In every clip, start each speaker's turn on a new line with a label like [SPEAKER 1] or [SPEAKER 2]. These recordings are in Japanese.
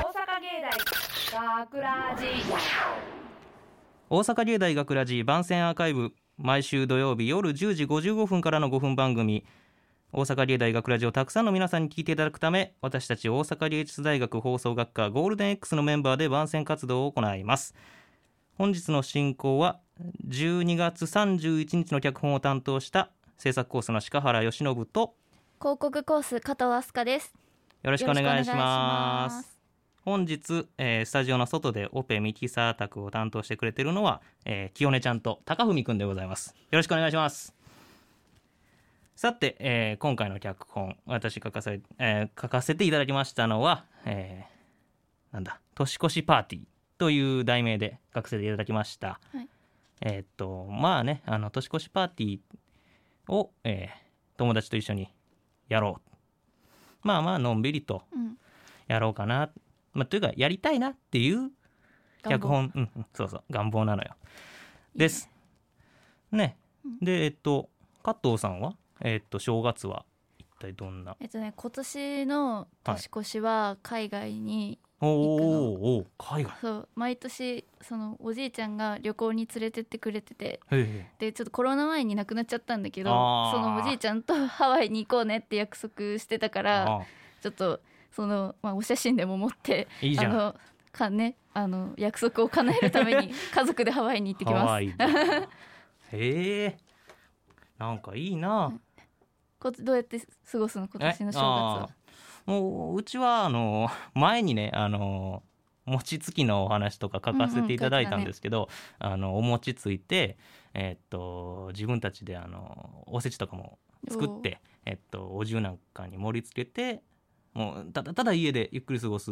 [SPEAKER 1] 大学ラジ
[SPEAKER 2] 大阪芸大学ラジ番宣アーカイブ毎週土曜日夜10時55分からの5分番組大阪芸大学ラジをたくさんの皆さんに聞いていただくため私たち大阪芸術大学放送学科ゴールデン X のメンバーで番宣活動を行います本日の進行は12月31日の脚本を担当した制作コースの鹿原義信と
[SPEAKER 3] 広告コース加藤飛鳥です
[SPEAKER 2] よろしくお願いしま
[SPEAKER 3] よろしくお願いします
[SPEAKER 2] す。本日、えースタジオの外でオペミキサー宅を担当してくれてるのは、えー、清音ちゃんと高文くんでございます。よろしくお願いします。さて、えー今回の脚本、私書かせ、えー書かせていただきましたのは、えーなんだ、年越しパーティーという題名で書かせていただきました。
[SPEAKER 3] はい
[SPEAKER 2] えーっと、まあね、あの、年越しパーティーを、えー友達と一緒にやろう。まあまあ、のんびりと
[SPEAKER 3] うん
[SPEAKER 2] やろうかな、まあ、というかやりたいなっていう脚本、うんうん、そうそう願望なのよですね
[SPEAKER 3] うん
[SPEAKER 2] でえっと加藤さんはえっと正月は一体どんな
[SPEAKER 3] えっとね今年の年越しは海外に、
[SPEAKER 2] おー
[SPEAKER 3] 行くの
[SPEAKER 2] おーおー海外
[SPEAKER 3] そう毎年そのおじいちゃんが旅行に連れてってくれてて
[SPEAKER 2] へえ
[SPEAKER 3] でちょっとコロナ前に亡くなっちゃったんだけど
[SPEAKER 2] あー
[SPEAKER 3] そのおじいちゃんとハワイに行こうねって約束してたから
[SPEAKER 2] あ
[SPEAKER 3] ちょっとその、まあ、お写真でも持って
[SPEAKER 2] いいじゃ
[SPEAKER 3] あ
[SPEAKER 2] ん
[SPEAKER 3] のかねあの約束を叶えるため に家族でハワイに行ってき
[SPEAKER 2] 可
[SPEAKER 3] ます。
[SPEAKER 2] 愛い へえなんかいいな
[SPEAKER 3] こどうやって過ごすの今年の正月は
[SPEAKER 2] えあ。ーもううちはあの 前にねあの餅つきのお話とか書かせていただいたんですけど、あのお餅ついて、えっと自分たちであのおせちとかも作って、えっと、お重なんかに盛り付けてもうただただ家でゆっくり過ごす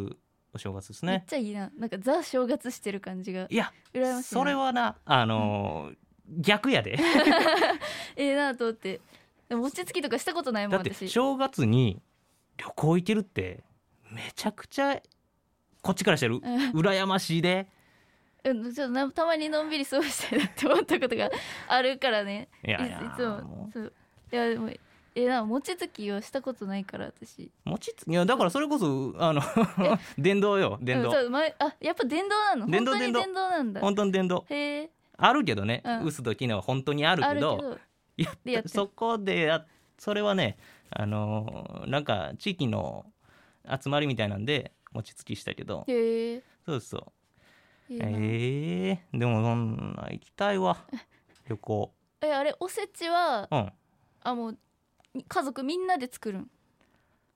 [SPEAKER 2] お正月です
[SPEAKER 3] めっ
[SPEAKER 2] ね。
[SPEAKER 3] ちゃいいななんかザ正月してる感じが
[SPEAKER 2] いや
[SPEAKER 3] 羨ましいな
[SPEAKER 2] それはなあの、逆やで
[SPEAKER 3] ええなと思ってでも餅つきとかしたことないも
[SPEAKER 2] だ
[SPEAKER 3] ん
[SPEAKER 2] って
[SPEAKER 3] 私
[SPEAKER 2] 正月に旅行行けるってめちゃくちゃこっちからしてる
[SPEAKER 3] うん
[SPEAKER 2] 羨ましいで。
[SPEAKER 3] うんちょっとなたまにのんびり過ごしたいなって思ったことがあるからね
[SPEAKER 2] いや
[SPEAKER 3] い
[SPEAKER 2] いや
[SPEAKER 3] いつも
[SPEAKER 2] も
[SPEAKER 3] そういやでもええな餅つきをしたことないから私
[SPEAKER 2] う餅ついやだからそれこそあの電動よ電動
[SPEAKER 3] うんそう前あやっぱ電動なの
[SPEAKER 2] 電動
[SPEAKER 3] 本当
[SPEAKER 2] 電
[SPEAKER 3] に
[SPEAKER 2] 動
[SPEAKER 3] 電動なんだ
[SPEAKER 2] 本当に電動
[SPEAKER 3] へえ
[SPEAKER 2] あるけどね、
[SPEAKER 3] うん
[SPEAKER 2] 薄と昨日は本当にある
[SPEAKER 3] あ
[SPEAKER 2] け
[SPEAKER 3] るけ
[SPEAKER 2] ど
[SPEAKER 3] ど
[SPEAKER 2] いや
[SPEAKER 3] でやってる
[SPEAKER 2] そこでやそれはねあのーなんか地域の集まりみたいなんで餅つきしたけど
[SPEAKER 3] へえ
[SPEAKER 2] そうそう
[SPEAKER 3] いいな
[SPEAKER 2] ええでもそんな行きたい わ旅行
[SPEAKER 3] えあれおせちは
[SPEAKER 2] うん
[SPEAKER 3] あもうに家族みんなで作るん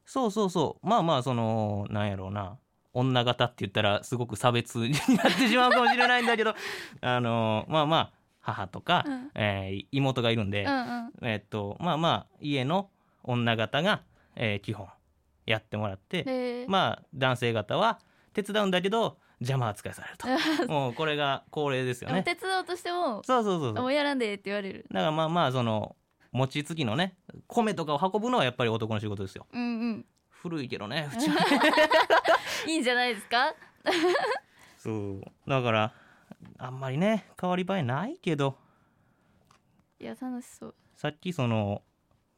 [SPEAKER 2] そうそうそうまあまあそのなんやろうな女型って言ったらすごく差別になってしまうかもしれないんだけど あのまあまあ母とか、
[SPEAKER 3] うん
[SPEAKER 2] えー妹がいるんで、
[SPEAKER 3] うんうん
[SPEAKER 2] えっとまあまあ家の女型が、えー基本やってもらって
[SPEAKER 3] へえ
[SPEAKER 2] まあ男性型は手伝うんだけど邪魔扱いされる ともうこれが恒例ですよ
[SPEAKER 3] お
[SPEAKER 2] ね
[SPEAKER 3] 手伝おうとしても
[SPEAKER 2] そうそうそうそ
[SPEAKER 3] あも
[SPEAKER 2] う
[SPEAKER 3] うやらんでって言われる
[SPEAKER 2] だからまあまあその餅つきのね米とかを運ぶのはやっぱり男の仕事ですよ
[SPEAKER 3] うんうん
[SPEAKER 2] 古いけどねうちはね
[SPEAKER 3] いいんじゃないですか
[SPEAKER 2] そうだからあんまりね変わり映えないけど
[SPEAKER 3] いや楽しそう
[SPEAKER 2] さっきその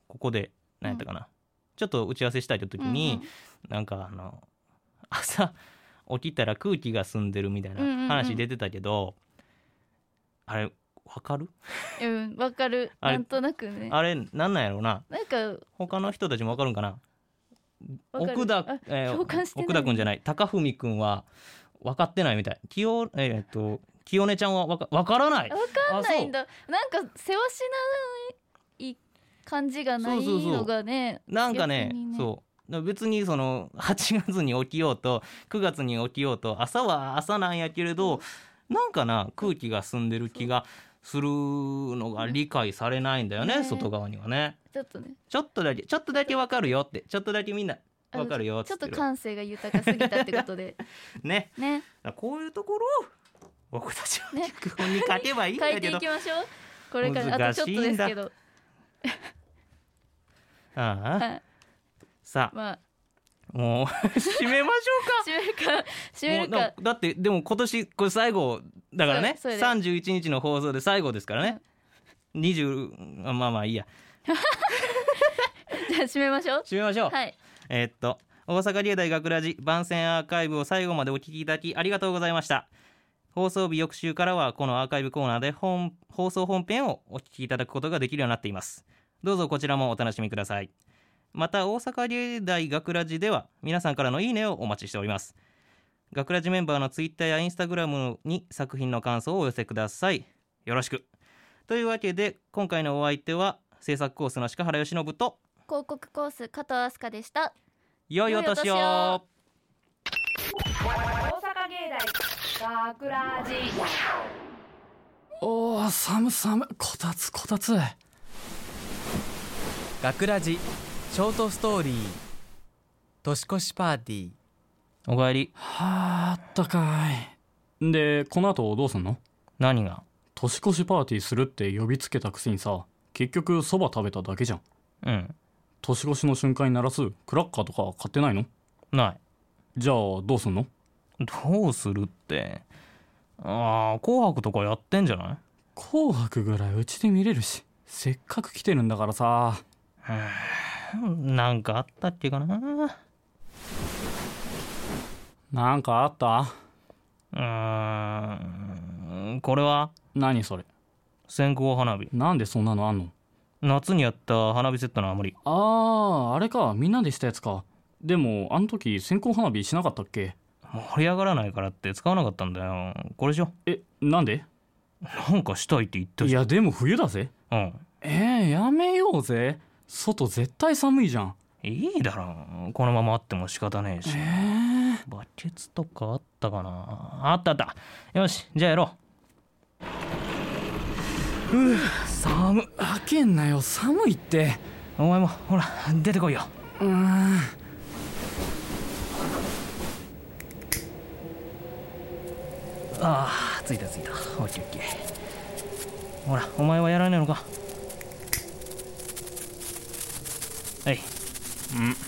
[SPEAKER 2] ここで何やったかな、ちょっと打ち合わせしたいって時に、なんかあの朝起きたら空気が澄んでるみたい
[SPEAKER 3] うんうんう
[SPEAKER 2] なん話出てたけど、あれわかる
[SPEAKER 3] うんうんうんわかる
[SPEAKER 2] あれ
[SPEAKER 3] なんとなくね
[SPEAKER 2] あれなんなんやろうな
[SPEAKER 3] なんか
[SPEAKER 2] 他の人たちもわかるんかな
[SPEAKER 3] わかる
[SPEAKER 2] 奥田
[SPEAKER 3] あ、
[SPEAKER 2] えー
[SPEAKER 3] 共感してない
[SPEAKER 2] 奥田君じゃない高文君は分かってないみたい清,、えーっと清音ちゃんはわかわからない
[SPEAKER 3] わかんないんだなんか世話しない感じがない
[SPEAKER 2] そうそうそう
[SPEAKER 3] のがね
[SPEAKER 2] なんかね
[SPEAKER 3] 逆にね
[SPEAKER 2] そうだから別にその8月に起きようと9月に起きようと朝は朝なんやけれどなんかな空気が澄んでる気がするのが理解されないんだよね
[SPEAKER 3] ね
[SPEAKER 2] 外側にはね
[SPEAKER 3] ちょっとね
[SPEAKER 2] ちょっとだけちょっとだけわかるよってちょっとだけみんな
[SPEAKER 3] あ
[SPEAKER 2] わかるよっ
[SPEAKER 3] ち
[SPEAKER 2] つ
[SPEAKER 3] ょ
[SPEAKER 2] っ
[SPEAKER 3] ってと
[SPEAKER 2] る
[SPEAKER 3] 感性が豊かすぎたってこ とで
[SPEAKER 2] ね
[SPEAKER 3] ね
[SPEAKER 2] だからこういうところを僕たちは
[SPEAKER 3] ね
[SPEAKER 2] 脚本に書けばいいん
[SPEAKER 3] 変
[SPEAKER 2] だ
[SPEAKER 3] えて
[SPEAKER 2] け
[SPEAKER 3] い
[SPEAKER 2] ど、
[SPEAKER 3] きましょうこれからあ
[SPEAKER 2] 難
[SPEAKER 3] とちょっ
[SPEAKER 2] しいん
[SPEAKER 3] と
[SPEAKER 2] だ
[SPEAKER 3] ですけど
[SPEAKER 2] ああ
[SPEAKER 3] はい
[SPEAKER 2] さ
[SPEAKER 3] まあ
[SPEAKER 2] あもう 締めましょうか
[SPEAKER 3] 締めるか締
[SPEAKER 2] も
[SPEAKER 3] め
[SPEAKER 2] う
[SPEAKER 3] る
[SPEAKER 2] だ
[SPEAKER 3] か
[SPEAKER 2] だってでも今年これ最後だからね
[SPEAKER 3] そうそうです
[SPEAKER 2] 31日の放送で最後ですからね、20あまあまあいいや
[SPEAKER 3] じゃあ締めましょう
[SPEAKER 2] 締めましょう、
[SPEAKER 3] はい
[SPEAKER 2] えーっと大阪芸大学ラジ番宣アーカイブを最後までお聞きいただきありがとうございました放送日翌週からはこのアーカイブコーナーで本放送本編をお聞きいただくことができるようになっていますどうぞこちらもお楽しみくださいまた大阪芸大学ラジでは皆さんからのいいねをお待ちしております学ラジメンバーのツイッターやインスタグラムに作品の感想をお寄せくださいよろしくというわけで今回のお相手は制作コースの鹿原由伸と
[SPEAKER 3] 広告コース加藤飛鳥でした
[SPEAKER 2] 良いお年
[SPEAKER 3] 良いお年
[SPEAKER 2] を
[SPEAKER 3] を
[SPEAKER 1] 大阪芸大学ラジ
[SPEAKER 4] おお寒寒こたつこたつ
[SPEAKER 5] 学ラジショートストーリー年越しパーティー
[SPEAKER 2] おかえり
[SPEAKER 4] はああったかいでこの後どうすんの
[SPEAKER 2] 何が
[SPEAKER 4] 年越しパーティーするって呼びつけたくせにさ結局そば食べただけじゃん
[SPEAKER 2] うん
[SPEAKER 4] 年越しの瞬間に鳴らすクラッカーとか買ってないの
[SPEAKER 2] な
[SPEAKER 4] じゃあどうすんの
[SPEAKER 2] いどうするってああ紅白とかやってんじゃない
[SPEAKER 4] 紅白ぐらいうちで見れるしせっかく来てるんだからさ
[SPEAKER 2] なんかあったっけかなう
[SPEAKER 4] なんかあった
[SPEAKER 2] ーんこれは
[SPEAKER 4] 何それ
[SPEAKER 2] 線香花火
[SPEAKER 4] なんでそんなのあんの
[SPEAKER 2] 夏にやった花火セットの余り
[SPEAKER 4] あーあれかみんなでしたやつかでもあの時線香花火しなかったっけ
[SPEAKER 2] 盛り上がらないからって使わなかったんだよこれじゃ
[SPEAKER 4] えなんで
[SPEAKER 2] なんかしたいって言った
[SPEAKER 4] い
[SPEAKER 2] じゃん
[SPEAKER 4] やでも冬だぜ
[SPEAKER 2] うん
[SPEAKER 4] えー、やめようぜ外絶対寒いじゃん
[SPEAKER 2] いいだろこのままあっても仕方ねえし
[SPEAKER 4] えー、
[SPEAKER 2] バケツとかあったかなあったあったよしじゃあやろ
[SPEAKER 4] 寒開けんなよ寒いって
[SPEAKER 2] うお前もほら出てこいよ
[SPEAKER 4] うーん
[SPEAKER 2] ああついたついたオッケーオッケーほらお前はやらないのかはい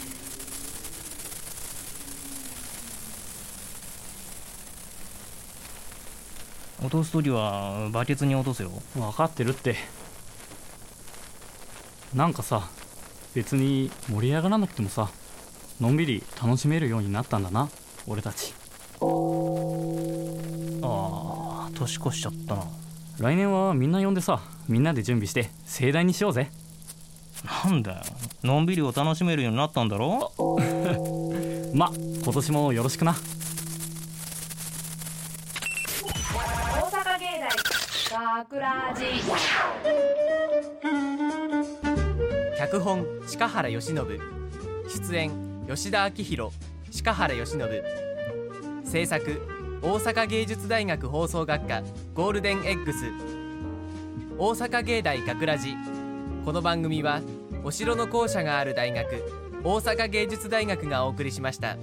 [SPEAKER 2] 落とす時はバケツに落とすよ
[SPEAKER 4] 分かってるってなんかさ別に盛り上がらなくてもさのんびり楽しめるようになったんだな俺たち
[SPEAKER 2] ああ年越しちゃったな
[SPEAKER 4] 来年はみんな呼んでさみんなで準備して盛大にしようぜ
[SPEAKER 2] なんだよのんびりを楽しめるようになったんだろ
[SPEAKER 4] ま今年もよろしくな
[SPEAKER 1] 大阪芸大学ラジ
[SPEAKER 5] 脚本鹿原由伸出演吉田昭弘鹿原由伸制作大阪芸術大学放送学科ゴールデン X 大阪芸大学ラジこの番組はお城の校舎がある大学大阪芸術大学がお送りしました。